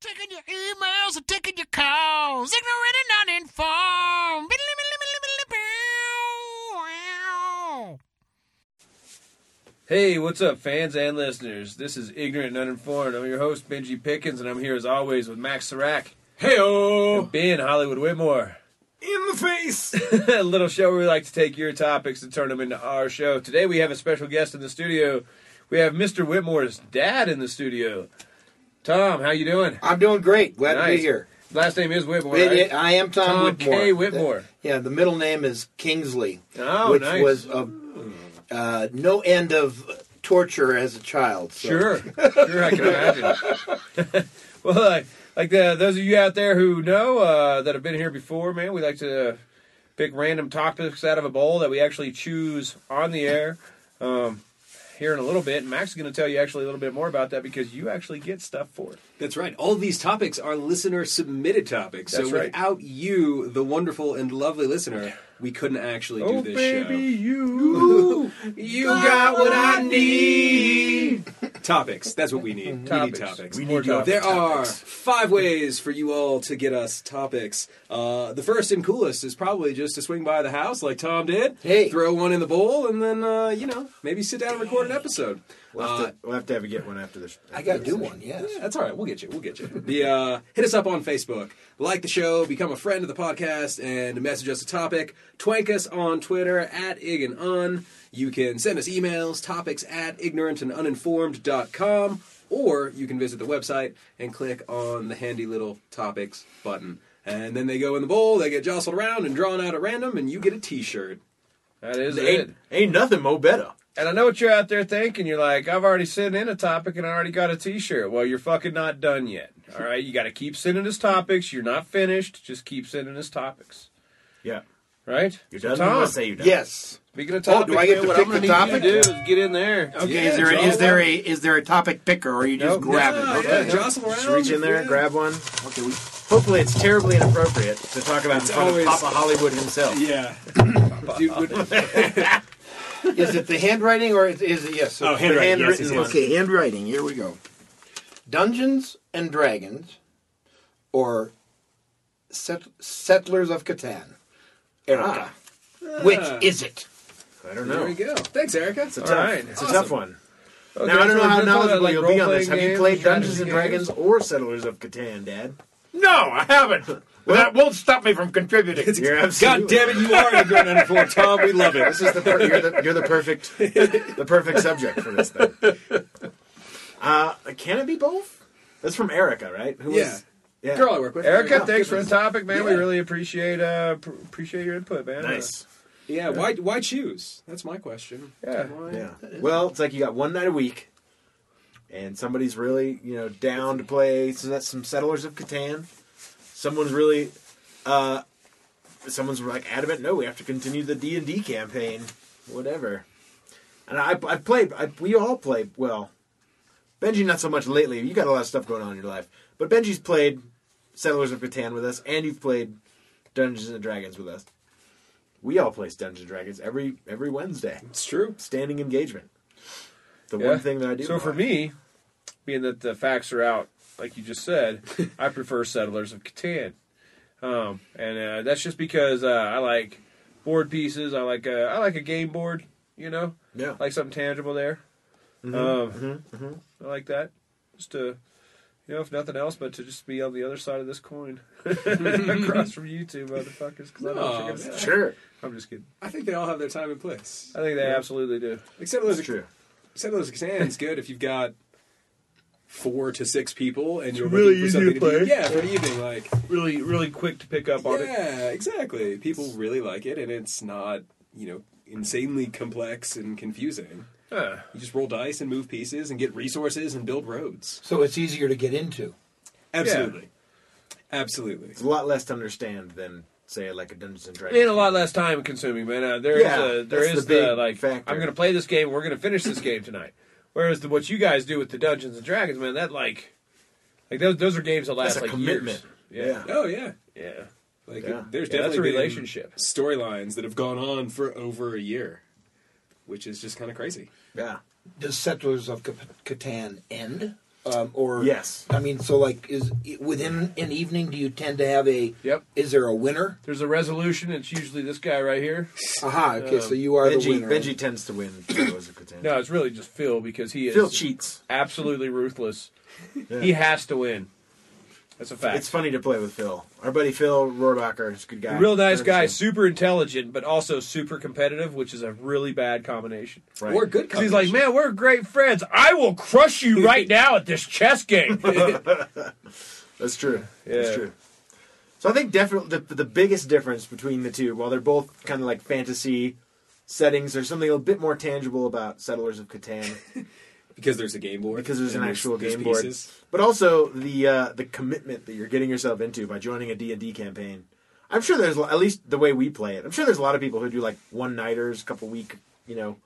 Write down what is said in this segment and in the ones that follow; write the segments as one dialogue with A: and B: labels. A: Taking your emails and taking your calls. Ignorant and uninformed.
B: Hey, what's up, fans and listeners? This is Ignorant and Uninformed. I'm your host, Benji Pickens, and I'm here as always with Max Serac
C: Heyo!
B: and Ben Hollywood Whitmore.
C: In the face!
B: a little show where we like to take your topics and turn them into our show. Today we have a special guest in the studio. We have Mr. Whitmore's dad in the studio. Tom, how you doing?
D: I'm doing great. Glad to
B: Nice.
D: be here.
B: Last name is Whitmore.
D: It-
B: right?
D: it- I am Tom,
B: Tom
D: Whitmore.
B: K. Whitmore.
D: The- yeah, the middle name is Kingsley,
B: Oh,
D: which
B: nice.
D: was a, uh, no end of torture as a child. so-
B: Sure, sure, I can imagine. well, like, like the, those of you out there who know uh, that have been here before, man, we like to pick random topics out of a bowl that we actually choose on the air. Um, here in a little bit, Max is going to tell you actually a little bit more about that because you actually get stuff for it.
C: That's right. All these topics are listener submitted topics.
B: That's
C: so
B: right.
C: without you, the wonderful and lovely listener, we couldn't actually do
B: oh,
C: this
B: baby, you
C: show. You got what I need. topics. That's what we need.
B: Topics.
C: We need topics.
B: We need More your
C: There
B: topics.
C: are five ways for you all to get us topics. Uh, the first and coolest is probably just to swing by the house like Tom did.
D: Hey.
C: Throw one in the bowl and then, uh, you know, maybe sit down and record an episode.
E: We'll have,
C: Uh,
E: to, we'll have to have a get one after this.
D: I got to do one, yes.
C: yeah, that's all right. We'll get you. We'll get you. The uh, hit us up on Facebook, like the show, become a friend of the podcast, and message us a topic. Twank us on Twitter at ig and un. You can send us emails, topics at ignorantanduninformed.com, or you can visit the website and click on the handy little topics button. And then they go in the bowl, they get jostled around and drawn out at random, and you get a t shirt.
B: That is it.
E: Ain't, ain't nothing mo better.
B: And I know what you're out there thinking. You're like, I've already sent in a topic and I already got a T-shirt. Well, you're fucking not done yet. All right, you got to keep sending us topics. You're not finished. Just keep sending us topics.
E: Yeah.
B: Right?
E: You're
B: So,
E: done.
B: Tom,
E: Tom, say you done.
D: Yes.
B: Speaking of
D: Oh,
B: topics,
D: do I get
B: man,
D: to
B: what
D: pick
B: I'm gonna
D: the
B: need you to
D: topic?
B: do is get in there.
D: Okay,
B: Yeah,
D: is there
B: draw
D: is there
B: one.
D: a is there a topic picker or are you just
B: Nope.
D: grabbing?
B: Oh,
C: Yeah,
D: okay.
C: yeah, jostle around.
E: Just reach in there,
C: Yeah.
E: grab one.
D: Okay, we,
E: Hopefully, it's terribly inappropriate to talk about
C: It's
E: in front
C: always-
E: of Papa Hollywood himself.
C: Yeah. Dude, would-
D: is it the handwriting or is, is it yes?
C: Oh, handwriting, yes, yes,
E: Handwritten
C: yes.
E: one.
D: Okay, handwriting. Here we go. Dungeons and Dragons, or set, Settlers of Catan. Erica,
B: Ah.
D: which is it?
E: I don't
C: There
E: know.
C: we go. Thanks, Erica.
E: It's a
B: All
E: tough.
B: right.
E: It's
C: Awesome.
E: a tough one.
B: Okay,
E: now I don't
B: so
E: know how
B: we're talking about,
E: knowledgeable
B: like,
E: you'll be on
B: role-playing
E: this. Have you
B: games,
E: played
B: strategy
E: Dungeons and
B: games?
E: Dragons or Settlers of Catan, Dad?
F: No, I haven't. Well, that won't stop me from contributing.
E: You're absolutely.
C: God damn it, you are a good uniform, Tom. We love it.
E: This is the per- you're the you're the perfect the perfect subject for this thing. Uh, can it be both? That's from Erica, right? Who
C: Yeah.
E: was- yeah.
C: Girl I work with.
B: Erica,
C: Yeah.
B: thanks for the topic, man. We
C: Yeah.
B: really appreciate uh, pr- appreciate your input, man.
E: Nice.
C: Yeah, why why choose? That's my question.
B: Yeah.
C: Why-
E: Yeah. Well, it's like you got one night a week, and somebody's really you know down to play so that's some Settlers of Catan. Someone's really, uh, someone's like adamant. No, we have to continue the D and D campaign, whatever. And I, I played. I, we all play well. Benji, not so much lately. You got a lot of stuff going on in your life, but Benji's played Settlers of Catan with us, and you've played Dungeons and Dragons with us. We all play Dungeons and Dragons every every Wednesday
C: It's true.
E: standing engagement. The
B: Yeah.
E: one thing that I do.
B: So for
E: like.
B: me, being that the facts are out, like you just said, I prefer Settlers of Catan, um, and uh, that's just because uh, I like board pieces. I like uh, I like a game board, you know,
E: yeah,
B: I like something tangible there.
E: Mm-hmm,
B: um, I like that, just to you know, if nothing else, but to just be on the other side of this coin, across from you two motherfuckers. 'cause I know what you're gonna
C: No,
B: say.
E: sure,
B: I'm just kidding.
C: I think they all have their time and place.
B: I think they absolutely do.
C: Except
E: that's
C: those
E: true.
C: except those exams good if you've got four to six people and you're
B: really
C: looking for
B: easy to
C: something be-
B: play.
C: yeah, for an evening, like
B: Really, really quick to pick up on it.
C: yeah, exactly. People really like it, and it's not you know insanely complex and confusing.
B: Huh.
C: You just roll dice and move pieces and get resources and build roads.
D: So it's easier to get into.
C: Absolutely, absolutely.
E: It's a lot less to understand than say like a Dungeons and Dragons.
B: And a lot less time consuming, man. Uh, there is
E: Yeah,
B: a, there
E: that's
B: is
E: the
B: the,
E: big
B: like
E: factor.
B: I'm going to play this game. We're going to finish this game tonight. Whereas the, what you guys do with the Dungeons and Dragons, man, that like like those those are games that last
E: That's a
B: like
E: commitment.
B: years.
C: Oh yeah.
B: Yeah, yeah.
C: Like
E: Yeah.
C: there's
B: Yeah, that's a
C: definitely been
B: relationship.
C: storylines that have gone on for over a year, which is just kind of crazy.
E: Yeah.
D: Does Settlers of Ca- Catan end? Um, or
E: Yes.
D: I mean, so like, is within an evening? Do you tend to have a?
B: Yep.
D: Is there a winner?
B: There's a resolution. It's usually this guy right here.
D: Aha. Okay, so you are the
E: Benji,
D: winner.
E: Benji tends to win. Heroes of Catan.
B: No, it's really just Phil because he is
E: Phil cheats.
B: absolutely ruthless.
E: Yeah.
B: He has to win. That's a fact.
E: It's funny to play with Phil. Our buddy Phil Rohrbacher is a good guy.
B: Real nice
E: Very
B: guy,
E: good.
B: super intelligent, but also super competitive, which is a really bad combination.
E: Right.
C: Or good
B: 'Cause
C: company.
B: He's like, man, we're great friends. I will crush you right now at this chess game.
E: That's true.
B: Yeah.
E: That's true. So I think definitely the, the biggest difference between the two, while they're both kind of like fantasy settings, there's something a bit more tangible about Settlers of Catan
C: because there's a game board.
E: because there's an
C: and
E: actual
C: there's
E: game board,
C: pieces.
E: but also the uh, the commitment that you're getting yourself into by joining a D and D campaign. I'm sure there's at least the way we play it. I'm sure there's a lot of people who do like one nighters, couple week, you know,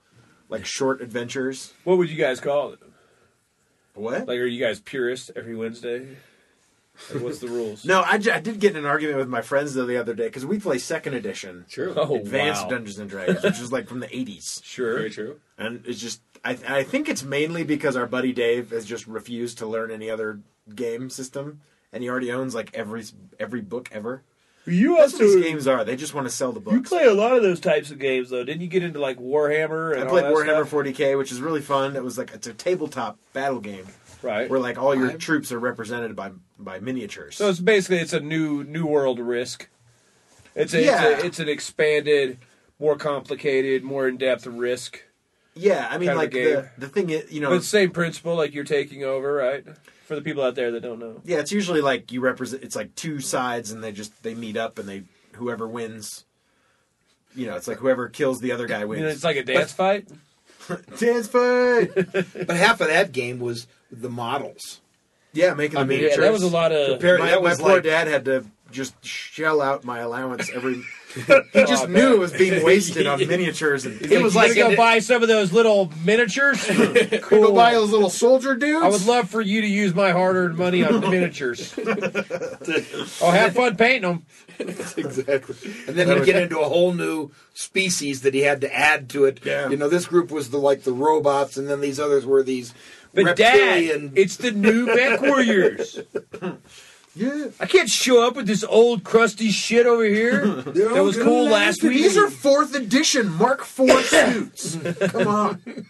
E: like short adventures.
B: what would you guys call it?
E: What?
B: Like, are you guys purists every Wednesday? Like, what's the rules?
E: no, I, j- I did get in an argument with my friends though the other day because we play second edition.
C: True.
B: Oh,
E: Advanced
B: wow.
E: Dungeons and Dragons, which is like from the '80s,
B: Sure.
C: Very true.
E: and it's just I, I think it's mainly because our buddy Dave has just refused to learn any other game system, and he already owns like every every book ever.
B: You
E: That's what
B: also
E: these games are. They just want to sell the
B: you
E: books.
B: play a lot of those types of games though. Didn't you get into like Warhammer?
E: I
B: And
E: played
B: all that
E: Warhammer
B: stuff?
E: 40k, which is really fun. It was like it's a tabletop battle game
B: right?
E: where like all your
D: I'm-
E: troops are represented by by miniatures.
B: So it's basically it's a new new world risk. It's a, it's,
E: Yeah.
B: a it's an expanded, more complicated, more in depth risk.
E: yeah, I
B: kind
E: mean
B: of
E: like
B: game.
E: the, the thing is, you know,
B: But same principle, like you're taking over, right? For the people out there that don't know.
E: yeah, it's usually like you represent. It's like two sides, and they just they meet up, and they whoever wins. You know, it's like whoever kills the other
B: I
E: guy
B: mean,
E: wins.
B: it's like a dance fight.
E: Dance fight.
D: But half of that game was the models.
E: yeah, making the
B: I mean, yeah,
E: miniatures.
B: that was a lot of.
E: Compare-
D: Mine
E: my, my
D: was
E: poor
D: like-
E: dad had to just shell out my allowance every. Oh, he just knew it was being wasted on miniatures, and
B: it was like go buy some of those little miniatures. cool.
D: Go buy those little soldier dudes.
B: I would love for you to use my hard-earned money on the miniatures. oh, have fun painting them.
D: exactly. And then you get into a whole new species that he had to add to it.
E: Yeah.
D: You know, this group was the like the robots, and then these others were these
B: But
D: reptilian.
B: Dad, it's the new Beck Warriors.
E: yeah.
B: I can't show up with this old crusty shit over here that was cool last week.
E: These are fourth edition Mark Four suits. Come on,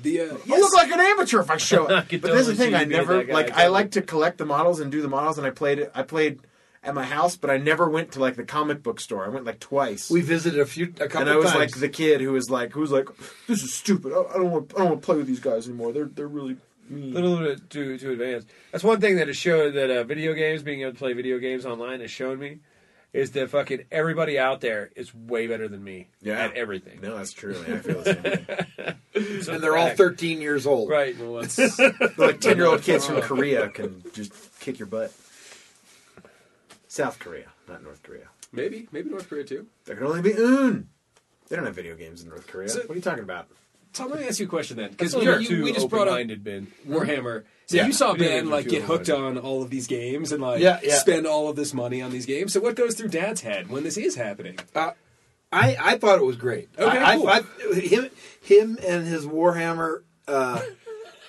C: The uh,
E: I look like an amateur if I show up.
B: could
E: But there's the
B: totally
E: thing:
B: see
E: I
B: you being
E: never
B: that guy,
E: like. I
B: totally.
E: like to collect the models and do the models, and I played. it. I played at my house, but I never went to like the comic book store. I went like twice.
D: we visited a few a couple
E: and I was
D: times.
E: like the kid who was like, who was like, this is stupid. I, I don't want. I don't want to play with these guys anymore. They're they're really mean.
B: little bit too too advanced. That's one thing that has shown that uh, video games, being able to play video games online, has shown me is that fucking everybody out there is way better than me
E: Yeah.
B: at everything.
E: No, that's true. Man. I feel the same way.
D: and they're all 13 years old.
B: Right.
E: They're like ten year old kids from Korea can just kick your butt. South Korea, not North Korea.
C: maybe maybe North Korea too.
E: There can only be un. They don't have video games in North Korea.
C: So-
E: what are you talking about?
C: Tom, let me ask you a question then, because
B: Because
C: we,
B: we're
C: you-
B: too
C: we just brought up
B: open-minded, Ben.
C: Warhammer. So
E: Yeah.
C: you saw
B: Video
C: Ben
B: games
C: like
B: are
C: get
B: too
C: hooked on all of these games and like
D: Yeah, yeah.
C: spend all of this money on these games. So what goes through Dad's head when this is happening?
D: Uh, I I thought it was great.
C: Okay,
D: I, I-
C: cool.
D: I, him him and his Warhammer. Uh,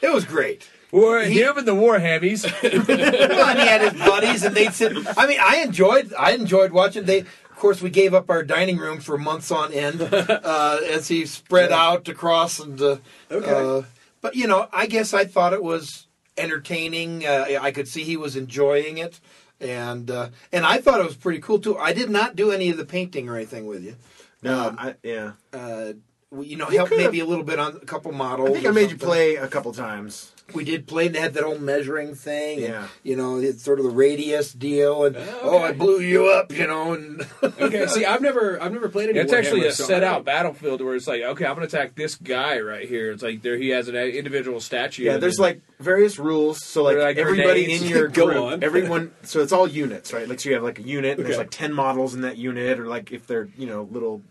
D: it was great.
B: War, him and the war hammies.
D: Well, and he had his buddies, and they'd sit. I mean, I enjoyed. I enjoyed watching. They, of course, we gave up our dining room for months on end uh, as he spread out across and. Uh,
C: Okay.
D: Uh, but you know, I guess I thought it was entertaining. Uh, I could see he was enjoying it, and uh, and I thought it was pretty cool too. I did not do any of the painting or anything with you.
E: No,
D: Um,
E: I, yeah.
D: Uh, we- you know, help
E: could've-
D: maybe a little bit on a couple models.
E: I think I
D: or
E: made you
D: something
E: play a couple times.
D: we did play and they had that old measuring thing and
E: Yeah.
D: you know it's sort of the radius deal and
C: okay.
D: oh i blew you up you know and
C: Okay, see, I've never I've never played any.
B: It's actually
C: Warhammer,
B: a
C: so I
B: set
C: don't-
B: out battlefield where it's like, okay, I'm gonna attack this guy right here. It's like there he has an individual statue.
E: Yeah,
B: and
E: there's
B: then-
E: like various rules. So like,
B: They're like
E: everybody
B: grenades.
E: in your
C: Go
E: group,
C: on.
E: everyone. So it's all units, right? Like so you have like a unit, and there's
C: Okay.
E: like ten models in that unit, or like if they're you know little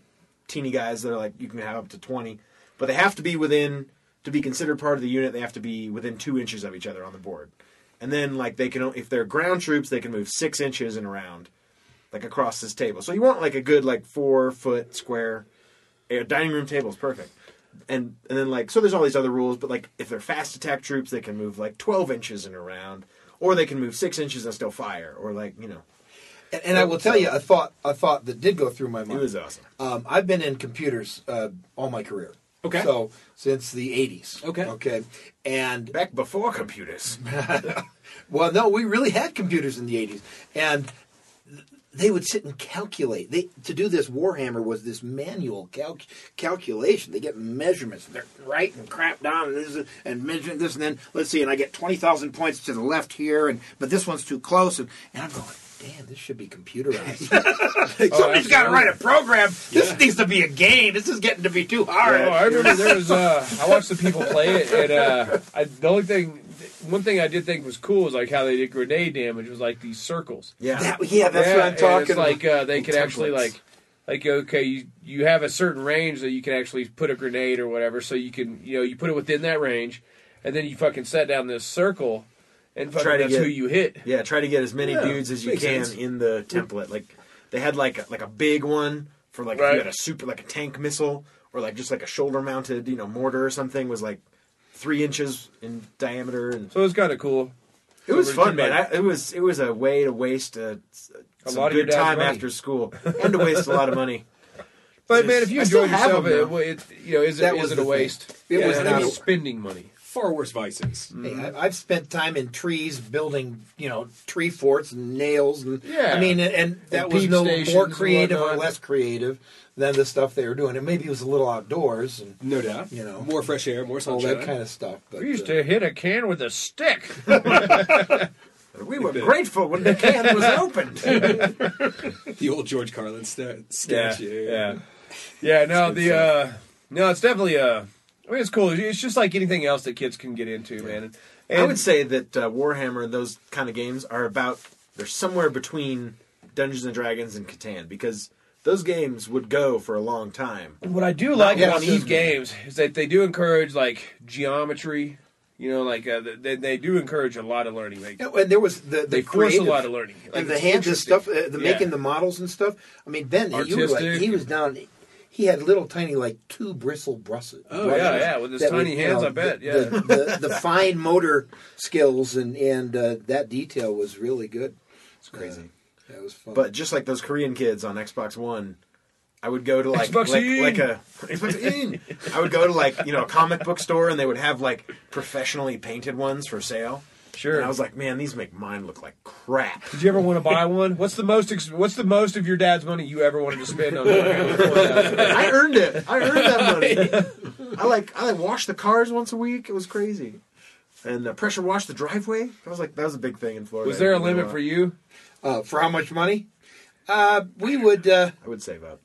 E: teeny guys, they're like you can have up to twenty, but they have to be within to be considered part of the unit. They have to be within two inches of each other on the board, and then like they can o- if they're ground troops, they can move six inches in a round, like across this table. So you want like a good like four foot square. A dining room table is perfect. and and then like so there's all these other rules but like if they're fast attack troops they can move like 12 inches in a round or they can move six inches and still fire or like you know
D: And, and I will tell you a thought a thought that did go through my
E: it
D: mind.
E: was awesome
D: Um, I've been in computers uh, all my career.
C: Okay.
D: So since the '80s.
C: Okay.
D: Okay. And
E: back before computers
D: well, no, we really had computers in the '80s, and they would sit and calculate. They to do this Warhammer was this manual calc- calculation. They get measurements. They're right and crap down and this is- and measuring this and then let's see. And I get twenty thousand points to the left here, and but this one's too close. And, and I'm going, damn, this should be computerized.
F: Somebody's got to
B: Oh, absolutely.
F: write a program. This needs to be a game. This is getting to be too hard.
B: Oh, I remember there was. Uh, I watched some people play it, and uh, I, the only thing, one thing I did think was cool was like how they did grenade damage was like these circles.
E: yeah
D: That- yeah, that's what I'm
B: and
D: talking.
B: It's like uh, they
D: and
B: could actually
D: templates.
B: like, like okay, you you have a certain range that you can actually put a grenade or whatever, so you can you know you put it within that range, and then you fucking set down this circle, and fucking
E: Try to
B: that's
E: get-
B: who you hit.
E: Yeah, try to get as many
C: Yeah,
E: dudes as you
C: makes
E: can
C: sense.
E: in the template. Like they had like a, like a big one for like if
B: Right.
E: you had a super like a tank missile or like just like a shoulder mounted you know mortar or something was like three inches in diameter and
B: So it was kind of cool.
E: it was
B: Over
E: fun,
B: to
E: man.
B: Matt.
E: I, it was it was a way to waste a,
B: A
E: some
B: lot of your
E: good
B: dad's
E: time
B: money.
E: after school and to waste a lot of money.
B: But man, if you
E: I still
B: enjoyed
E: have
B: yourself,
E: them,
B: it,
E: though.
B: it you know is it
D: That
B: is
D: was
B: it
D: the
B: a
D: thing.
B: waste?
D: It
C: Yeah,
D: was
B: And
D: not
B: I'm
D: a-
B: spending money.
C: Far worse vices.
D: Hey,
B: Mm-hmm.
D: I, I've spent time in trees building, you know, tree forts and nails, and
B: Yeah.
D: I mean, and, and that
B: And
D: was
B: peep
D: no
B: stations
D: more
B: and
D: creative or
B: whatnot.
D: less creative than the stuff they were doing. And maybe it was a little outdoors and
C: No doubt.
D: You know.
C: more fresh air, more
D: all
C: sunshine.
D: that kind of stuff. But,
B: We used
D: uh,
B: to hit a can with a stick.
E: We were grateful when the can was opened.
C: The old George Carlin st-
B: yeah,
C: sketch.
B: yeah, yeah. No, the uh, no, it's definitely uh, I mean, it's cool. It's just like anything else that kids can get into, man. And,
E: I would say that uh, Warhammer and those kind of games are about they're somewhere between Dungeons and Dragons and Catan because those games would go for a long time.
B: what I do like
E: Not
B: about
E: one
B: these
E: evening.
B: games is that they do encourage like geometry. You know, like uh, they, they do encourage a lot of learning. Like,
D: Yeah, and there was the, the
B: they force a
D: creative,
B: lot of learning. Like,
D: and the
B: it's
D: hand, the
B: interesting.
D: stuff, uh, the
B: Yeah.
D: making the models and stuff. I mean, Ben, you were like,
B: Artistic.
D: he was down. He had little tiny like two bristle brusses.
B: Oh yeah, yeah. With his
D: that
B: tiny
D: would, you
B: hands,
D: know,
B: I bet.
D: the-
B: Yeah.
D: the, the, the fine motor skills and and uh, that detail was really good. It's
E: crazy.
D: that was fun.
E: But just like those Korean kids on Xbox One, I would go to like
B: Xbox
E: like,
B: in!
E: like a Xbox in. I would go to like you know a comic book store and they would have like professionally painted ones for sale.
B: Sure.
E: And I was like, man, these make mine look like crap.
B: Did you ever want to buy one? What's the most? Ex- what's the most of your dad's money you ever wanted to spend on? one?
E: I earned it. I earned that money. I like I like washed the cars once a week. It was crazy. And uh, pressure washed the driveway. That was like that was a big thing in Florida.
B: Was there a
E: I
B: limit for you?
D: uh, for how much money? Uh, we would uh,
E: I would save up.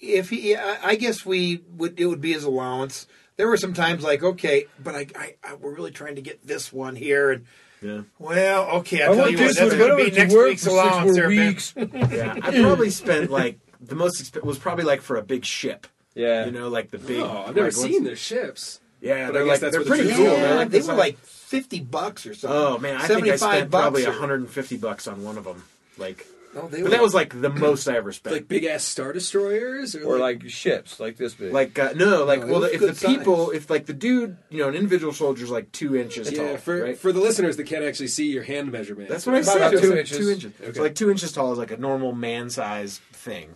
D: if he, I I guess we would it would be his allowance. There were some times like okay, but I, I, I we're really trying to get this one here and.
E: Yeah.
D: Well, okay, I'll tell you what, that's
B: one.
D: going
B: Go
D: to be
B: to
D: next
B: work
D: week's
B: for six
D: allowance
B: more
D: there, Ben.
B: weeks.
E: Yeah, I probably spent like the most exp- was probably like for a big ship.
B: Yeah.
E: you know, like the big.
C: Oh, I've never
E: like,
C: seen
E: ones-
C: their ships.
E: Yeah,
C: but I
E: they're
C: guess
E: like
C: that's
E: they're
C: what
E: pretty
C: it's
E: cool.
C: for.
E: man.
D: Yeah,
E: Like,
D: they
E: it's
D: were like fifty bucks or something.
E: oh man, I think I spent probably
D: bucks or-
E: 150 bucks on one of them. Like,
D: No, they
E: but
D: were-
E: that was like the most I ever spent.
C: Like big ass star destroyers, or,
B: Or like ships, like this big.
E: Like uh, no, like
D: No, it
E: well,
D: was
E: if
D: good
E: the people,
D: size.
E: if like the dude, you know, an individual soldier's like two inches
C: yeah.
E: tall,
C: for
E: right?
C: for the listeners that can't actually see your hand measurement,
E: That's what I
B: About
E: said.
B: two
E: Two, two
B: inches.
E: inches.
C: Okay.
E: So like two inches tall is like a normal man size thing,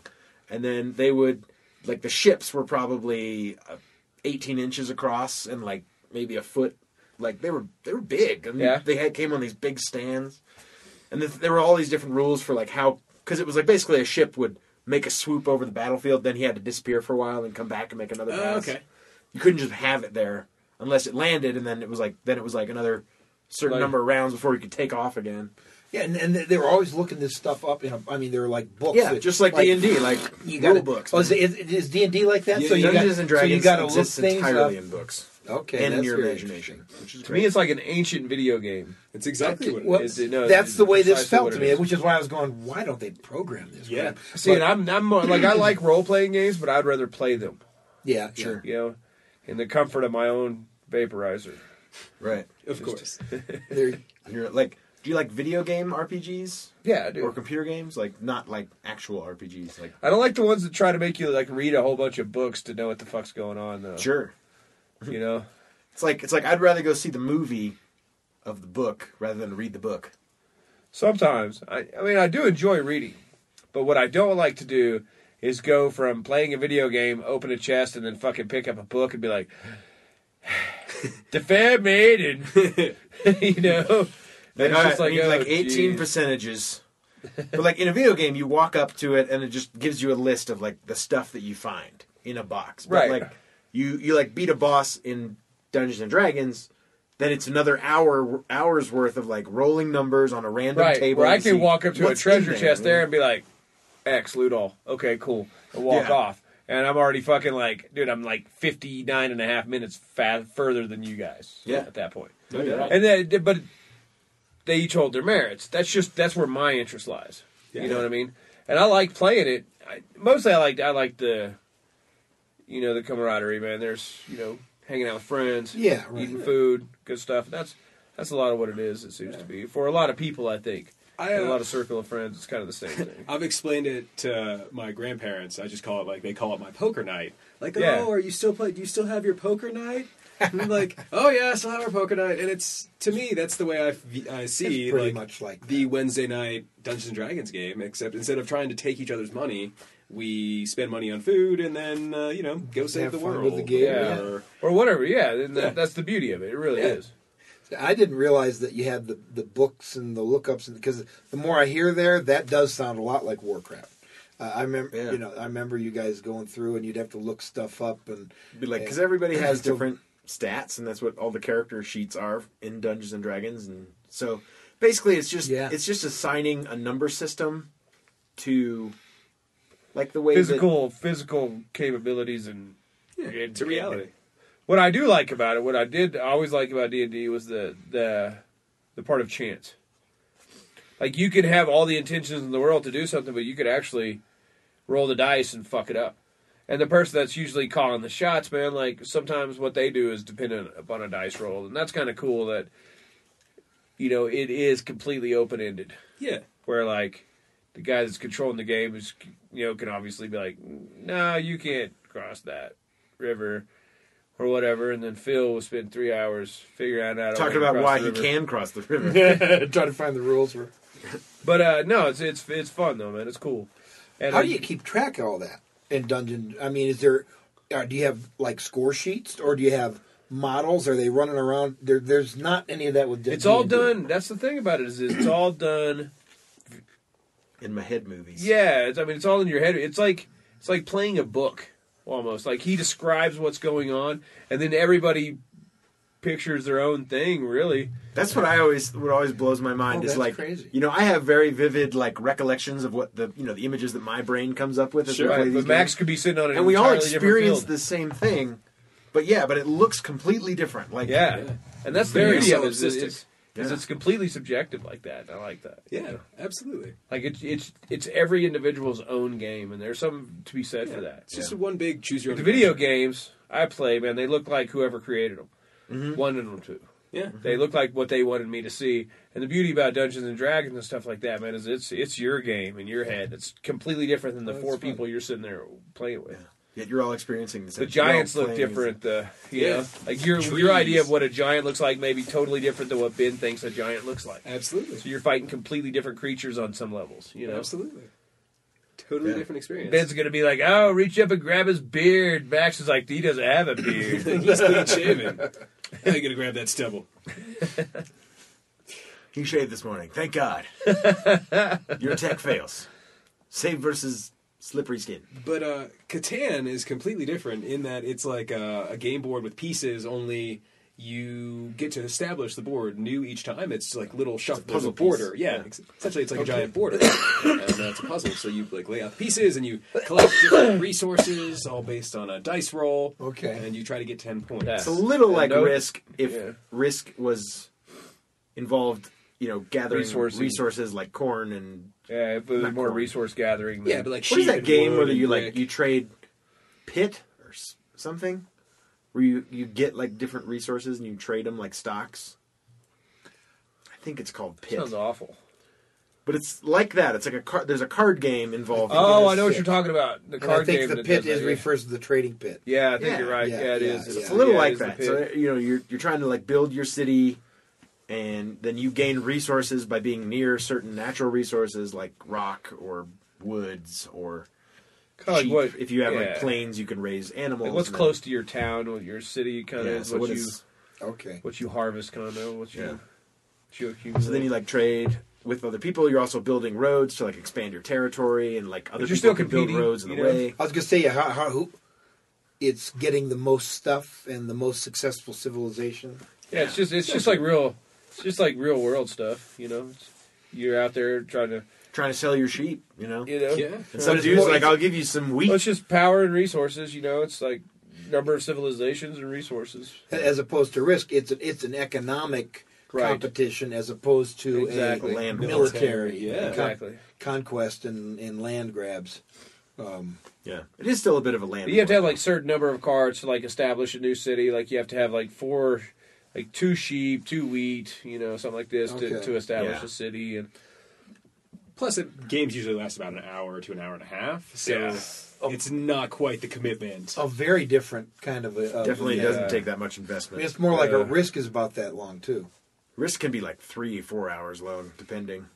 E: and then they would like the ships were probably uh, eighteen inches across and like maybe a foot. Like they were they were big. I mean,
B: Yeah.
E: They had came on these big stands, and th- there were all these different rules for like how because it was like basically a ship would make a swoop over the battlefield, then he had to disappear for a while and come back and make another.
C: Oh,
E: Pass
C: okay.
E: you couldn't just have it there unless it landed and then it was like then it was like another certain
B: Like-
E: number of rounds before you could take off again
D: yeah, and, and they were always looking this stuff up. In a, I mean, they were like books.
E: yeah
D: that-
E: just like d&d like
D: You got
E: rule books
D: Oh, is, it- is D and D like that?
E: Yeah,
D: so you got-
E: dungeons and dragons
D: so you got to look
E: exists
D: things
E: entirely
D: up.
E: in books
D: Okay,
E: and in
D: that's
E: your
D: very
E: imagination which is
B: to me,
E: great
B: it's like an ancient video game.
C: it's exactly what it is.
D: Well,
B: Is it- no,
D: that's
B: it's
D: the way this
B: precisely
D: felt
B: what
D: to
B: it
D: me,
B: is.
D: which is why I was going, why don't they program this?
C: Yeah.
D: crap?
B: See, and I'm, I'm more, like I like role playing games, but I'd rather play them.
D: yeah, sure.
B: You know, in the comfort of my own vaporizer.
E: right
C: Of course.
D: They're-
E: you're like do you like video game rpgs
B: Yeah, I
E: or
B: do.
E: computer games like not like actual rpgs like
B: I don't like the ones that try to make you like read a whole bunch of books to know what the fuck's going on. Though.
E: sure
B: You know,
E: It's like it's like I'd rather go see the movie of the book rather than read the book.
B: sometimes I, I mean I do enjoy reading, but what I don't like to do is go from playing a video game, open a chest, and then fucking pick up a book and be like, "The Fair Maiden," you know.
E: Like,
B: It's
E: all right,
B: just
E: I need,
B: oh,
E: like eighteen
B: geez.
E: percentages. but like in a video game, you walk up to it and it just gives you a list of like the stuff that you find in a box. But,
B: Right.
E: Like you you like beat a boss in Dungeons and Dragons, then it's another hour hours worth of like rolling numbers on a random
B: right,
E: table.
B: Where I
E: and see
B: can walk up to a
E: what's in
B: treasure chest there and be like, X, loot all. Okay, cool. And walk
E: Yeah.
B: off. And I'm already fucking like, dude, I'm like 59 and a half minutes fa- further than you guys
E: Yeah.
B: at that point.
E: No doubt.
B: And then, but they each hold their merits. That's just, that's where my interest lies.
C: Yeah.
B: You know what I mean? And I like playing it. I, mostly I like, I like the, you know, the camaraderie, man. There's, you know, hanging out with friends.
D: Yeah, right.
B: Eating food, good stuff. That's, that's a lot of what it is, it seems to be. For a lot of people, I think.
C: I,
B: And
C: uh,
B: a lot of circle of friends, it's kind of the same thing.
C: I've explained it to my grandparents. I just call it like they call it my poker night. Like,
B: Yeah.
C: oh, are you still play? Do you still have your poker night? And I'm like, oh yeah, I still have our poker night. And it's to me that's the way I, v- I see
D: It's pretty
C: like,
D: much like
C: the Wednesday night Dungeons and Dragons game, except instead of trying to take each other's money, we spend money on food and then uh, you know go save
D: Have
C: the
D: fun
C: world.
D: with the game,
B: yeah.
C: Or-
B: or whatever, yeah. And that,
C: Yeah.
B: That's the beauty of it. It really
C: Yeah.
B: is.
D: I didn't realize that you had the, the books and the lookups because the more I hear there, that does sound a lot like Warcraft. Uh, I remember,
E: Yeah.
D: you know, I remember you guys going through and you'd have to look stuff up and
E: Be like, because
D: and-
E: everybody has
D: So-
E: different stats, and that's what all the character sheets are in Dungeons and Dragons, and so basically, it's just
D: Yeah.
E: it's just assigning a number system to like the way that-
B: Physical, physical capabilities and and-
C: to reality.
B: and- what I do like about it, what I did always like about D and D was the the the part of chance. Like you could have all the intentions in the world to do something, but you could actually roll the dice and fuck it up. And the person that's usually calling the shots, man, like sometimes what they do is dependent upon a dice roll, and that's kind of cool. That you know it is completely open ended.
C: Yeah.
B: where like the guy that's controlling the game is you know can obviously be like no you can't cross that river or whatever and then phil will spend three hours figuring out how to
E: talking about
B: cross
E: why
B: the
E: he
B: river.
E: can cross the river.
D: try to find the rules. Or,
B: but uh no it's it's it's fun though man it's cool and
D: how
B: uh,
D: do you keep track of all that in dungeon? I mean, is there uh, do you have like score sheets or do you have models? Are they running around? There, there's not any of that with.
B: it's all
D: D&D.
B: done that's the thing about it is it's all done
E: in my head movies,
B: yeah it's, i mean it's all in your head it's like it's like playing a book almost like he describes what's going on and then everybody pictures their own thing really
E: that's what I always what always blows my mind
D: Oh,
E: is
D: that's
E: like
D: crazy.
E: you know I have very vivid like recollections of what the you know the images that my brain comes up with. As we
C: Sure.
E: play
B: Right,
E: these
B: but Max
E: games.
B: could be sitting on an
E: and we all
B: entirely different
E: experience
B: field.
E: the same thing, but yeah, but it looks completely different. Like
B: Yeah. and that's the
C: Very
B: beauty of it. Is,
C: solipsistic.
B: it's, is
E: Yeah.
B: it's completely subjective like that. and I like that.
C: Yeah, absolutely.
B: Like it's it's it's every individual's own game, and there's something to be said for that.
C: It's just one big choose your own.
B: The video
C: adventure.
B: games I play, man, they look like whoever created them wanted them to.
C: Yeah.
B: They look like what they wanted me to see. And the beauty about Dungeons and Dragons and stuff like that, man, is it's it's your game in your head. It's completely different than the four people you're sitting there playing with.
E: Yet you're all experiencing the same.
B: The giants
E: you're all
B: look
E: playing
B: different. The you
C: Yeah.
B: know, like your
C: Trees.
B: your idea of what a giant looks like may be totally different than what Ben thinks a giant looks like.
C: Absolutely.
B: So you're fighting completely different creatures on some levels. You know,
C: Absolutely. Totally
E: Yeah.
C: different experience.
B: Ben's gonna be like, "Oh, reach up and grab his beard." Max is like, "He doesn't have a beard."
C: He's clean shaven. How you gonna grab that stubble?
E: as- He shaved this morning. Thank God. Your attack fails. Save versus slippery skin.
C: But uh, Catan is completely different in that it's like a, a game board with pieces. Only you get to establish the board new each time. It's like little shuffle there's
E: puzzle
C: a border.
E: piece.
C: Yeah,
E: Yeah.
C: ex- essentially it's like a giant border, and that's a puzzle. So you like lay out the pieces and you collect different resources, all based on a dice roll.
D: Okay.
C: and you try to get ten points.
B: Yeah.
E: It's a little
B: And
E: like
B: no-
E: Risk if
B: yeah.
E: Risk was involved, you know, gathering
B: Resources.
E: resources, like corn and
B: yeah, if it was
E: Not
B: more
E: corn.
B: resource gathering. than-
C: Yeah, but like
E: what is
C: sheep
E: that
C: and
E: game
C: wood
E: where
C: and
E: you
C: brick.
E: like you trade pit or s- something, where you you get like different resources and you trade them like stocks. I think it's called pit.
B: sounds awful.
E: But it's like that. It's like a card. There's a card game involved.
B: Oh,
D: Yes,
B: I know what
D: yeah.
B: you're talking about. The
D: And I
B: card
D: think
B: game.
D: the
B: that
D: pit
B: does
D: is
B: that, yeah.
D: refers to the trading pit.
B: Yeah, I think
E: Yeah,
B: you're right.
D: yeah,
B: Yeah, it
D: yeah,
B: is.
D: yeah.
E: It's a little
B: yeah, it
E: like
B: is the
E: that.
B: pit.
E: So you know, you're you're trying to like build your city, and then you gain resources by being near certain natural resources like rock or woods or
B: Kinda like
E: sheep.
B: Oh, what-
E: if you have
B: yeah.
E: like plains, you can raise animals.
B: Like what's
E: and
B: close to your town or your city,
E: then-
B: kind of
E: Yeah, so
B: what,
E: what
B: you
E: is-
D: Okay.
B: what you harvest, kind of what you
E: Yeah.
B: what you accumulate.
E: so then you like trade with other people. You're also building roads to like expand your territory, and like other
B: you're
E: people
B: still
E: can build
B: competing,
E: roads in
B: you
E: the
B: know?
E: way.
D: I was gonna say yeah, how, how who, it's getting the most stuff and the most successful civilization.
B: yeah, it's just it's just like real, it's just like real world stuff. You know, it's, you're out there trying to
E: Trying to sell your sheep, you know.
B: you know.
C: Yeah.
E: And some
D: But it's
E: dudes
D: more-
E: like, I'll give you some wheat.
B: Well, it's just power and resources. You know, it's like number of civilizations and resources.
D: as opposed to risk. It's a, it's an economic
B: Right.
D: competition as opposed to
B: Exactly.
D: a
E: Land
D: military
C: war. Yeah.
D: con-
B: Exactly.
D: conquest and, and land grabs. Um,
E: yeah, it is still a bit of a land.
B: But you have to have
E: war.
B: like certain number of cards to like establish a new city. Like you have to have like four, like two sheep, two wheat, you know, something like this to,
D: Okay.
B: to establish
E: Yeah.
B: a city. And
C: Plus, it, games usually last about an hour to an hour and a half, so
E: Oh.
C: it's not quite the commitment.
D: a very different kind of a of
E: definitely
D: a-
E: doesn't
B: Yeah.
E: take that much
D: I
E: investment.
D: mean, it's more like a
B: Yeah.
D: risk is about that long too.
E: Risk can be like three, four hours long, depending.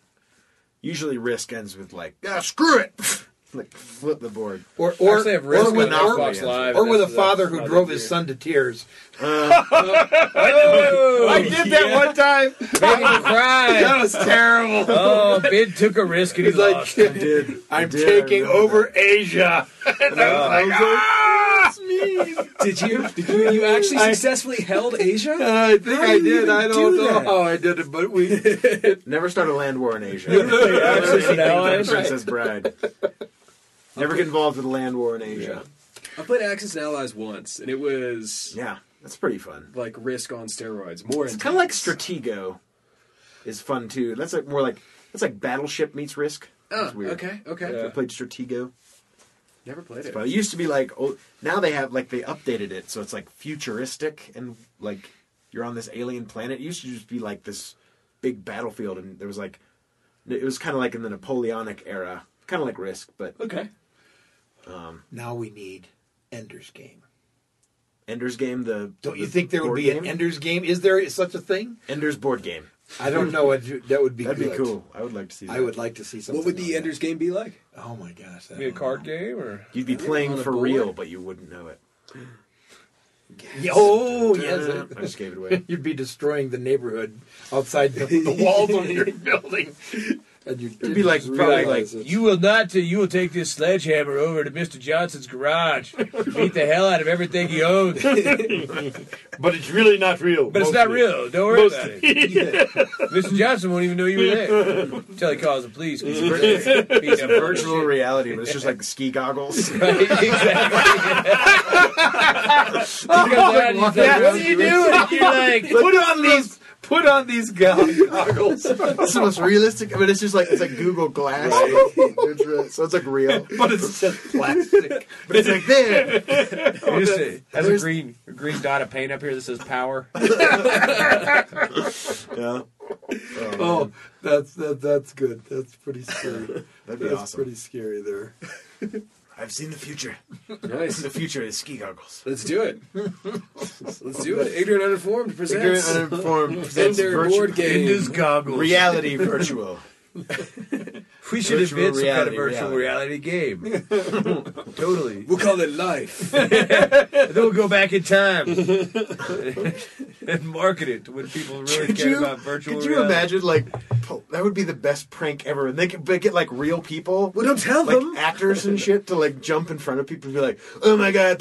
E: Usually, risk ends with like, ah, screw it, like flip the board.
D: Or or
B: Actually, I have
D: or
B: Risk on
D: with, or-
B: Xbox Live,
D: or with a
B: that's-
D: father
B: that's
D: who
B: another
D: drove his
B: gear.
D: son to tears.
B: oh,
E: I did that
C: yeah.
E: one time.
B: made him cry.
D: was terrible.
B: Oh, Bid took a risk and he
D: He's
B: lost.
D: like,
E: I did. I
D: I'm
E: did, I
D: taking
E: remember
D: over.
F: Asia. And I was like, "Ah!"
C: Did you? Did you? You actually successfully held Asia?
D: I think
E: do
D: I
E: you
D: did.
E: even
D: I
E: do
D: don't know
E: that?
C: Oh,
D: how I did it, but we
E: that. Never start a land war in Asia. Never
B: Actually,
E: seen
B: no,
E: things
B: I-
E: like Princess Bride. Never get involved with a land war in Asia.
C: oh, I played Axis and Allies once, and it was
E: Yeah, that's pretty fun.
C: like Risk on steroids. More
E: It's kind of like Stratego. Is fun too. That's like more like that's like Battleship meets Risk.
C: Oh,
E: It's weird.
C: okay, okay.
E: I played Stratego.
C: Never played it.
E: But it used to be like oh, now they have like they updated it so it's like futuristic and like you're on this alien planet. It used to just be like this big battlefield and there was like it was kind of like in the Napoleonic era, kind of like Risk, but
C: Okay.
D: now we need Ender's Game.
E: Ender's Game the
D: Don't you
E: the
D: think there would
E: board
D: be an
E: game?
D: Ender's Game? Is there such a thing?
E: Ender's board game?
D: I don't know. What you- that would be.
E: That'd be
D: good.
E: cool. I would like to see. That.
D: I would like to see something.
C: What would
D: like
C: the
D: that.
C: Ender's Game be like?
D: Oh my gosh! I
B: Be a
D: don't
B: card
D: know.
B: game or
E: You'd be
C: on
E: playing
C: a
E: for
C: board?
E: real, but you wouldn't know it.
D: Yeah, Oh yes.
E: I just gave it away.
D: You'd be destroying the neighborhood outside the, the walls of your building, and you'd
E: be like- probably like
B: You will not. Uh, you will take this sledgehammer over to Mister Johnson's garage, beat the hell out of everything he owns. But
F: But it's really not real.
B: it's not
F: mostly.
B: real. Don't worry about it. Mister Johnson won't even know you were there until he calls the police. 'cause He's a vir- he's a
E: Virtual reality, but it's just like the ski goggles.
B: Right, exactly. He comes out and he's like, what are you doing? And you're like,
D: put on these put on these goggles,
E: That's the most realistic. I mean, it's just like it's like Google Glass. It's really- so it's like real,
D: but it's just plastic.
E: but it's like there.
B: It just it has a green, a green dot of paint up here that says power.
E: Yeah,
D: Oh, that's that, that's good. That's pretty scary.
E: that'd be
D: That's
E: awesome.
D: pretty scary there.
E: I've seen the future.
C: Nice.
E: The future is ski goggles.
C: Let's do it. Let's do it. Ignorant Uninformed presents
E: Ignorant uninformed presents
C: Ender
E: virtual
C: Board Game.
B: goggles.
E: reality virtual.
B: we should
E: virtual
B: invent some kind of
E: reality,
B: virtual reality, game. totally.
C: We'll call it Life.
B: And then we'll go back in time and market it to when people really
E: Could
B: care
E: you,
B: about virtual
E: could you
B: reality.
E: imagine like po- that would be the best prank ever? And they could they get like real people.
C: Well, don't tell
E: like
B: Uh-huh.
C: them.
E: actors and shit to like jump in front of people and be like, "Oh my god,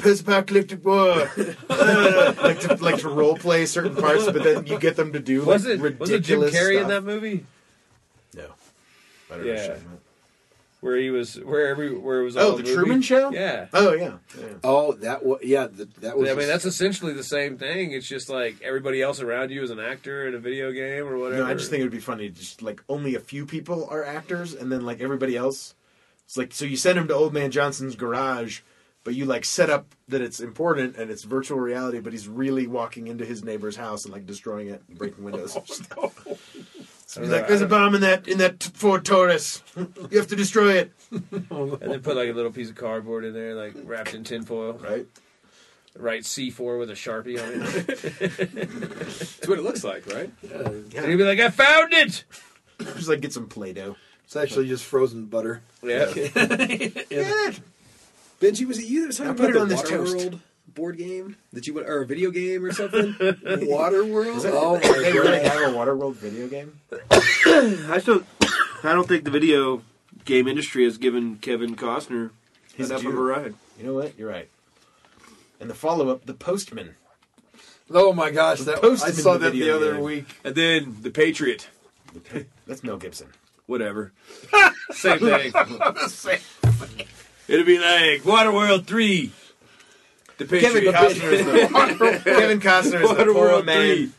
E: post-apocalyptic war!" like to like to role play certain parts, but then you get them to do like
B: Was it, was it
E: ridiculous
B: Jim Carrey in that
E: stuff.
B: movie?
E: No, I don't
B: Yeah.
E: know.
B: Where he was, where every, where it was all
E: Oh, the
B: movie?
E: Truman Show.
B: Yeah.
E: Oh yeah. yeah.
D: Oh, that was yeah. That, that was.
B: I mean, that's essentially the same thing. It's just like everybody else around you is an actor in a video game or whatever.
E: No, I just think it would be funny. to Just like only a few people are actors, and then like everybody else. It's like so you send him to Old Man Johnson's garage, but you like set up that it's important and it's virtual reality, Oh, but he's really walking into his neighbor's house and like destroying it, and breaking windows. and stuff. It's like there's a bomb in that in that Ford Taurus. You have to destroy it.
B: and then put like a little piece of cardboard in there, like wrapped in tinfoil.
E: Right.
B: Write C four with a sharpie on it.
C: That's what it looks like, right?
B: and you'd be like, I found it.
E: Just like get some Play-Doh.
D: It's actually just frozen butter.
B: Yeah.
E: Yeah.
C: Benji, was it you that was talking about
E: put it
C: the
E: on this
C: Waterworld board game that you would, or a video game or something? Waterworld.
D: Oh
E: They
D: my
E: really have a Waterworld video game.
B: I still, I don't think the video game industry has given Kevin Costner
E: His enough of due. a
B: ride.
E: You know what? You're right. And the follow-up, The Postman.
D: Oh my gosh, that, I
E: Postman
D: saw that the
E: video
D: other
E: game.
D: week.
B: And then the Patriot,
E: That's Mel Gibson.
B: whatever, same thing. It'd be like Waterworld three. The
E: Kevin
B: Patriot.
E: Costner is the, Kevin Costner is the poor
B: Waterworld
E: man.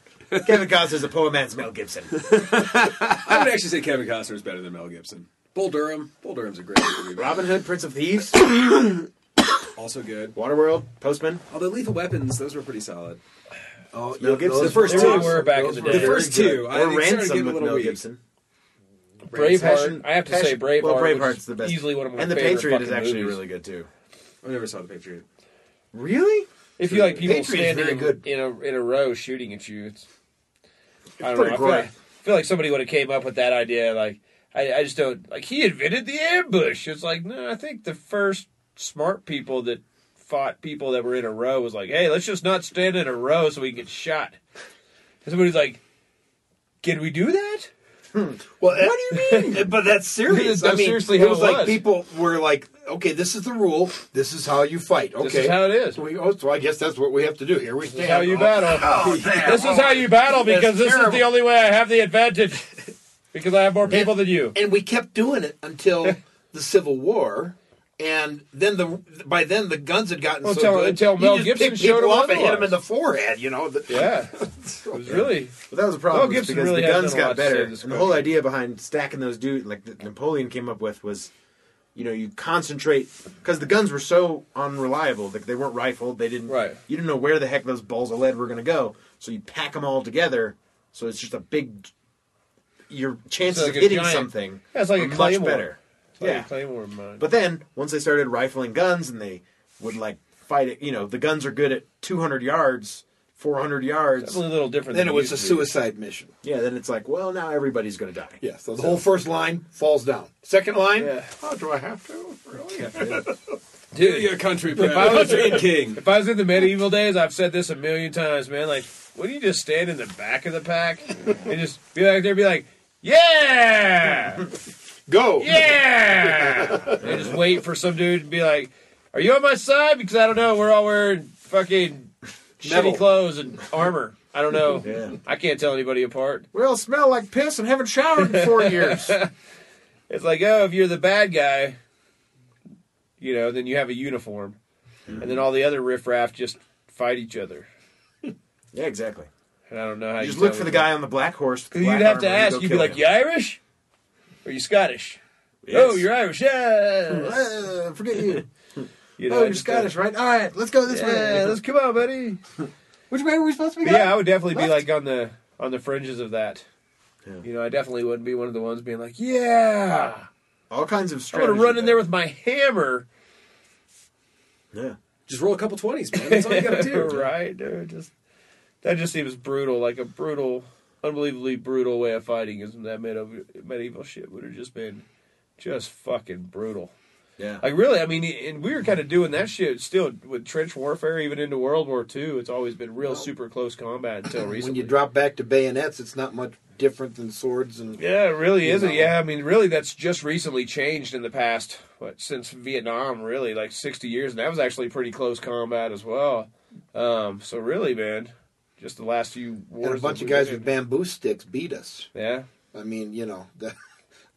E: Kevin Costner is the poor man's Mel Gibson.
C: I would actually say Kevin Costner is better than Mel Gibson. Bull Durham. Bull Durham's a great movie.
E: Robin Hood, Prince of Thieves,
C: Also good.
E: Waterworld, Postman.
C: Although Lethal Weapons, those were pretty solid.
D: Oh,
E: Mel
D: yeah,
E: Gibson.
D: those
E: The first two
D: those
B: were back in
D: those
B: the
D: were
B: day.
C: The
D: very
C: first
D: good.
C: two, I
E: Or
C: think started
E: Ransom
C: getting a
E: with
C: little
E: Mel
C: weak.
E: Gibson.
B: Braveheart.
E: Passion-
B: I have to
E: Passion-
B: say Braveheart.
E: Well,
B: which
E: Braveheart's
B: is
E: the best.
B: Easily one of my
E: and The
B: favorite
E: Patriot is
B: fucking
E: actually
B: movies.
E: really good too.
C: I never saw The Patriot.
E: Really?
B: If you like people
D: Patriot's
B: standing
D: very
B: in,
D: good.
B: in a in a row shooting at you, it's, I don't know.
E: pretty
B: I feel,
E: great.
B: like, I feel like somebody would have came up with that idea. Like I, I just don't like he invented the ambush. It's like no, I think the first smart people that fought people that were in a row was like, hey, let's just not stand in a row so we can get shot. And somebody's like, can we do that?
D: Well, what do you mean? But that's serious.
B: That's
D: I mean,
B: seriously
D: it
B: how
D: was
B: it
D: like
B: was.
D: people were like, "Okay, this is the rule. This is how you fight." Okay,
B: This is how it is.
D: So, we, oh, so I guess that's what we have to do. Here we stand.
B: How you
D: Oh,
B: battle? this is how you battle because this is the only way I have the advantage because I have more people than you.
D: and we kept doing it until the Civil War, and then the by then the guns had gotten
B: Well, until-
D: so good.
B: until
D: you
B: Mel
D: just
B: Gibson
D: picked
B: showed
D: people
B: him
D: up and hit them
B: otherwise.
D: in the forehead. You know, the,
B: Yeah, it was really.
E: But that was a
B: Mel
E: problem was
B: Gibson
E: because
B: really
E: the
B: has
E: guns
B: done a lot
E: got
B: to
E: better.
B: save
E: And
B: this
E: the whole
B: country.
E: idea behind stacking those dudes, like that Napoleon came up with, was you know you concentrate because the guns were so unreliable. Like they weren't rifled. They didn't.
B: Right.
E: You didn't know where the heck those balls of lead were going to go. So you pack them all together. So it's just a big. Your chances
B: like
E: of
B: a
E: hitting
B: giant-
E: something
B: Yeah, it's like
E: are
B: a
E: much
B: claymore.
E: better.
B: Yeah,
E: yeah.
B: Claymore mine.
E: But then once they started rifling guns and they would like fight it, you know, the guns are good at 200 yards, 400 yards.
B: definitely a little different.
D: then
B: than
D: it was a
B: used to be.
D: suicide mission.
E: Yeah, then it's like, well, now everybody's going to die.
D: Yeah, so the whole first line falls down. Second line,
B: Yeah.
D: oh, do I have to? Really?
C: Dude, your country,
B: I was-
C: country and king.
B: If I was in the medieval days, I've said this a million times, man. Like, wouldn't you just stand in the back of the pack and just be like, there, be like, yeah,
D: Go.
B: yeah, and just wait for some dude to be like, are you on my side? Because I don't know. We're all wearing fucking
D: Metal.
B: shitty clothes and armor. I don't know.
E: Yeah.
B: I can't tell anybody apart.
E: We all smell like piss and haven't showered in four years.
B: It's like, oh, if you're the bad guy, you know, then you have a uniform, and then all the other riffraff just fight each other.
E: Yeah, exactly.
B: And I don't know how
E: You
B: you
E: just look
B: tell
E: for the
B: them.
E: guy on the black horse. with the
B: 'Cause You'd
E: black
B: have to
E: armor and
B: ask.
E: go
B: You'd be
E: kill
B: like,
E: him.
B: "You Irish? Or you Scottish?
E: Yes.
B: Oh, you're Irish. Yeah.
E: Uh, forget you.
B: You
E: oh,
B: I
E: you're
B: just
E: Scottish, right? All right, let's go this
B: go,
E: way.
B: Yeah, let's come on, buddy.
E: Which way are we supposed to be
B: But yeah, I would definitely be like on the on the fringes of that.
E: Yeah.
B: You know, I definitely wouldn't be one of the ones being like, "Yeah,
E: All kinds of
B: I'm
E: strategy.
B: gonna run in
E: there.
B: there with my hammer."
E: Yeah.
C: Just roll a couple twenties, man. That's all you gotta do.
B: right, dude. Just that just seems brutal. Like a brutal, unbelievably brutal way of fighting. Is that medieval, medieval shit would have just been just fucking brutal.
E: Yeah.
B: Like really, I mean, and we were kind of doing that shit still with trench warfare, even into World War II. It's always been real super close combat until
D: When
B: recently.
D: you drop back to bayonets, it's not much different than swords and
B: yeah, it really
D: You
B: isn't.
D: know.
B: Yeah, I mean, really, that's just recently changed in the past, what since Vietnam, really, like sixty years, and that was actually pretty close combat as well. Um, so really, man, just the last few wars,
D: And a bunch
B: that
D: of
B: we've
D: guys
B: been
D: with bamboo sticks beat us.
B: in. yeah,
D: I mean, you know, that,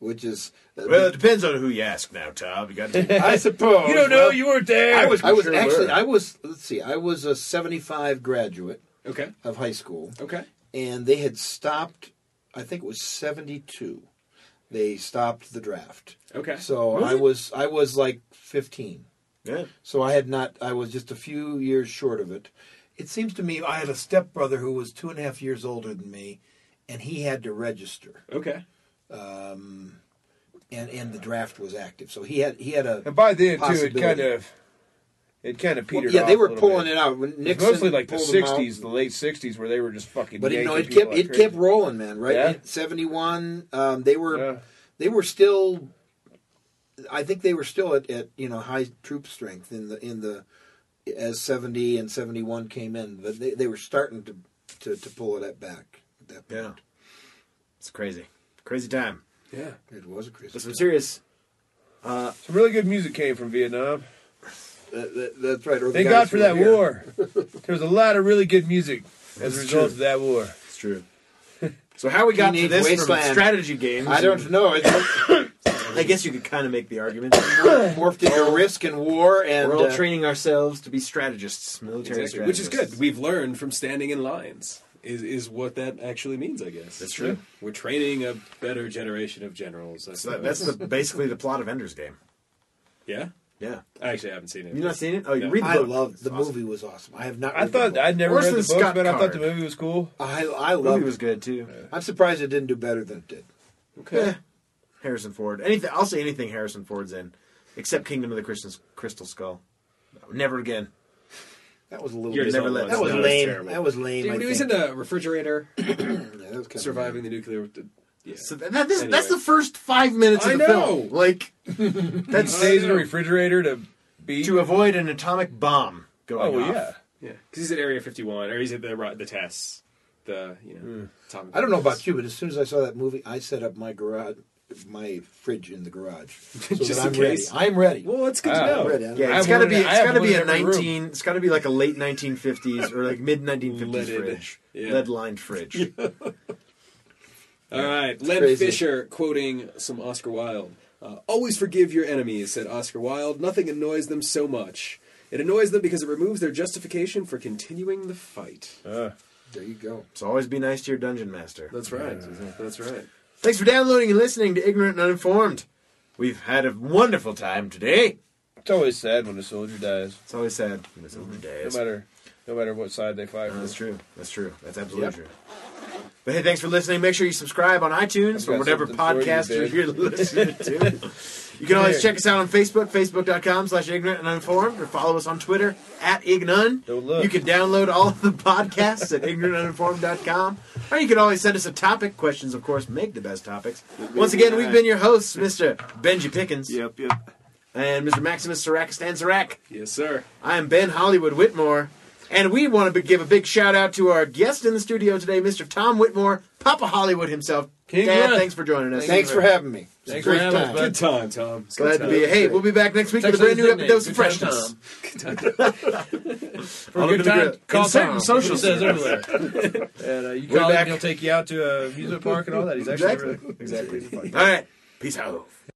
D: which is
E: Well, it depends on who you ask now, Tom. You got to
D: I suppose
B: you don't know, you weren't there.
E: I was-
D: I was
E: Sure
D: actually
E: were.
D: I was let's see I was a '75 graduate
C: Okay.
D: of high school,
C: Okay.
D: and they had stopped. I think it was '72. They stopped the draft,
C: Okay.
D: so I was I was like 15.
E: Yeah.
D: So I had not. I was just a few years short of it. It seems to me I had a stepbrother who was two and a half years older than me, and he had to register, um,
C: Okay.
D: and and the draft was active, so he had he had a
B: And by then too, it
D: possibility.
B: kind of it kind of petered.
D: yeah, they
B: off a
D: were
B: little
D: pulling
B: bit.
D: it out when
B: It's
D: Nixon
B: mostly like the
D: pulled them out.
B: '60s, the late '60s, where they were just fucking.
D: But it, no,
B: yanking
D: it
B: people
D: kept
B: like
D: it
B: crazy.
D: kept rolling, man. Right,
B: Yeah.
D: It- seventy one. Um, they were
B: Yeah.
D: they were still. I think they were still at, at you know high troop strength in the in the as seventy and seventy one came in, but they, they were starting to, to to pull it at back at that
E: Yeah.
D: point.
E: It's crazy. Crazy time.
C: Yeah.
D: It was a crazy.
E: But some
D: time.
E: serious.
B: Some really good music came from Vietnam.
D: That- that- that's right. or the
B: Thank God
D: guys
B: for
D: who were
B: that
D: here.
B: war. There was a lot of really good music as a
E: That's
B: result
E: true.
B: of that war.
E: It's true. So how we got to
D: Teenage
E: this from
D: Wasteland.
E: strategy games?
D: I don't know. It
E: I guess you could kind of make the argument.
D: morphed into risk and war and
E: We're all
D: uh,
E: training ourselves to be strategists, military
C: Exactly. Which is
E: strategists,
C: good. We've learned from standing in lines. Is is what that actually means? I guess
E: That's true.
C: We're training a better generation of generals. That's,
E: So that, that's the, basically the plot of Ender's Game.
C: yeah.
E: Yeah.
C: I actually haven't seen it.
E: You not seen it? Oh, you read the
D: I
E: book.
D: loved the
E: It's awesome.
D: movie. Was awesome. I have not.
B: I
D: read the
B: thought
D: book.
B: I'd never
E: Orson
B: read the books,
E: Scott
B: but I thought
E: Card.
B: the movie was cool.
D: I I
E: The
D: loved.
E: movie was good too. Eh.
D: I'm surprised it didn't do better than it did.
C: Okay.
E: Harrison Ford. Anything? I'll say anything Harrison Ford's in, except Kingdom of the Crystal, Crystal Skull. Never again.
D: That was a little.
C: You're
D: bit-
E: never let
D: that
E: us
D: was
E: know.
D: lame.
C: That's terrible.
D: That was lame.
C: Dude,
D: I
C: when he was in
D: think.
C: the refrigerator,
D: Yeah, that was kinda
C: surviving the nuclear. Yeah.
E: So that, that, this,
C: Anyway.
E: that's the first five minutes of
C: I
E: the
C: know.
E: film. Like
B: He
E: that's
B: stays in a refrigerator to be.
E: Uh, to avoid an atomic bomb
B: oh
E: going
B: well,
E: off.
B: yeah.
C: Yeah, because he's at Area 51, or he's at the ro- the tests, the you know. atomic
D: lame. I don't know
C: bombs.
D: about you, but as soon as I saw that movie, I set up my garage, my fridge in the garage, so
C: Just
D: that
C: in
D: I'm
C: case.
D: ready. I'm ready.
C: Well, it's good
B: Wow.
C: to know.
D: I'm ready. I'm
E: Yeah,
D: ready.
E: it's
B: have
E: got to
B: one
E: be.
B: in- I
E: It's
B: have
E: got to
B: one
E: be
B: in
E: a
B: every room.
E: nineteen. It's got to be like a late nineteen fifties or like mid nineteen fifties
C: Leaded.
E: fridge,
C: Yeah.
E: lead lined fridge.
C: All right, Len
D: crazy.
C: Fisher quoting some Oscar Wilde. Uh, Always forgive your enemies, said Oscar Wilde. Nothing annoys them so much. It annoys them because it removes their justification for continuing the fight.
D: There you go.
E: So always be nice to your dungeon master.
C: That's right. That's right.
E: Thanks for downloading and listening to Ignorant and Uninformed. We've had a wonderful time today.
B: It's always sad when a soldier dies,
E: It's always sad when it's over
B: no
E: days.
B: matter no matter what side they fight.
E: No,
B: for.
E: that's true. That's true. That's absolutely
D: Yep.
E: true. But hey, thanks for listening. Make sure you subscribe on iTunes
B: got
E: or whatever
B: something for you,
E: podcast you,
B: Dave.
E: are listening to. You can always check us out on Facebook, facebook.com slash ignorant and uninformed, or follow us on Twitter at ignun.
B: Don't look.
E: You can download all of the podcasts at ignorantuninformed.com. Or you can always send us a topic. Questions, of course, make the best topics. Once again, we've been your hosts, Mr. Benji Pickens
G: Yep, yep.
E: and Mr. Maximus Sarakistan Sarak.
C: Yes, sir.
E: I am Ben Hollywood Whitmore, and we want to give a big shout out to our guest in the studio today, Mr. Tom Whitmore, Papa Hollywood himself.
B: King
E: Dad,
B: Run.
E: thanks for joining us.
D: Thanks for having me. It's a
B: Thanks for
D: great
B: having us,
D: time.
B: bud.
C: Good time, Tom. It's a
E: Glad
C: good
E: to be
C: time.
E: Hey, we'll be back next week with a brand new episode of Freshness.
B: For a
E: Oliver
B: good time,
E: Grant.
B: call
E: Insert
B: Tom.
E: social
B: He says everywhere. and uh, you
E: We're
B: call him,
E: back.
B: he'll take you out to a amusement park and all that. He's actually
E: Exactly.
B: really-
E: Exactly. All right. Peace out.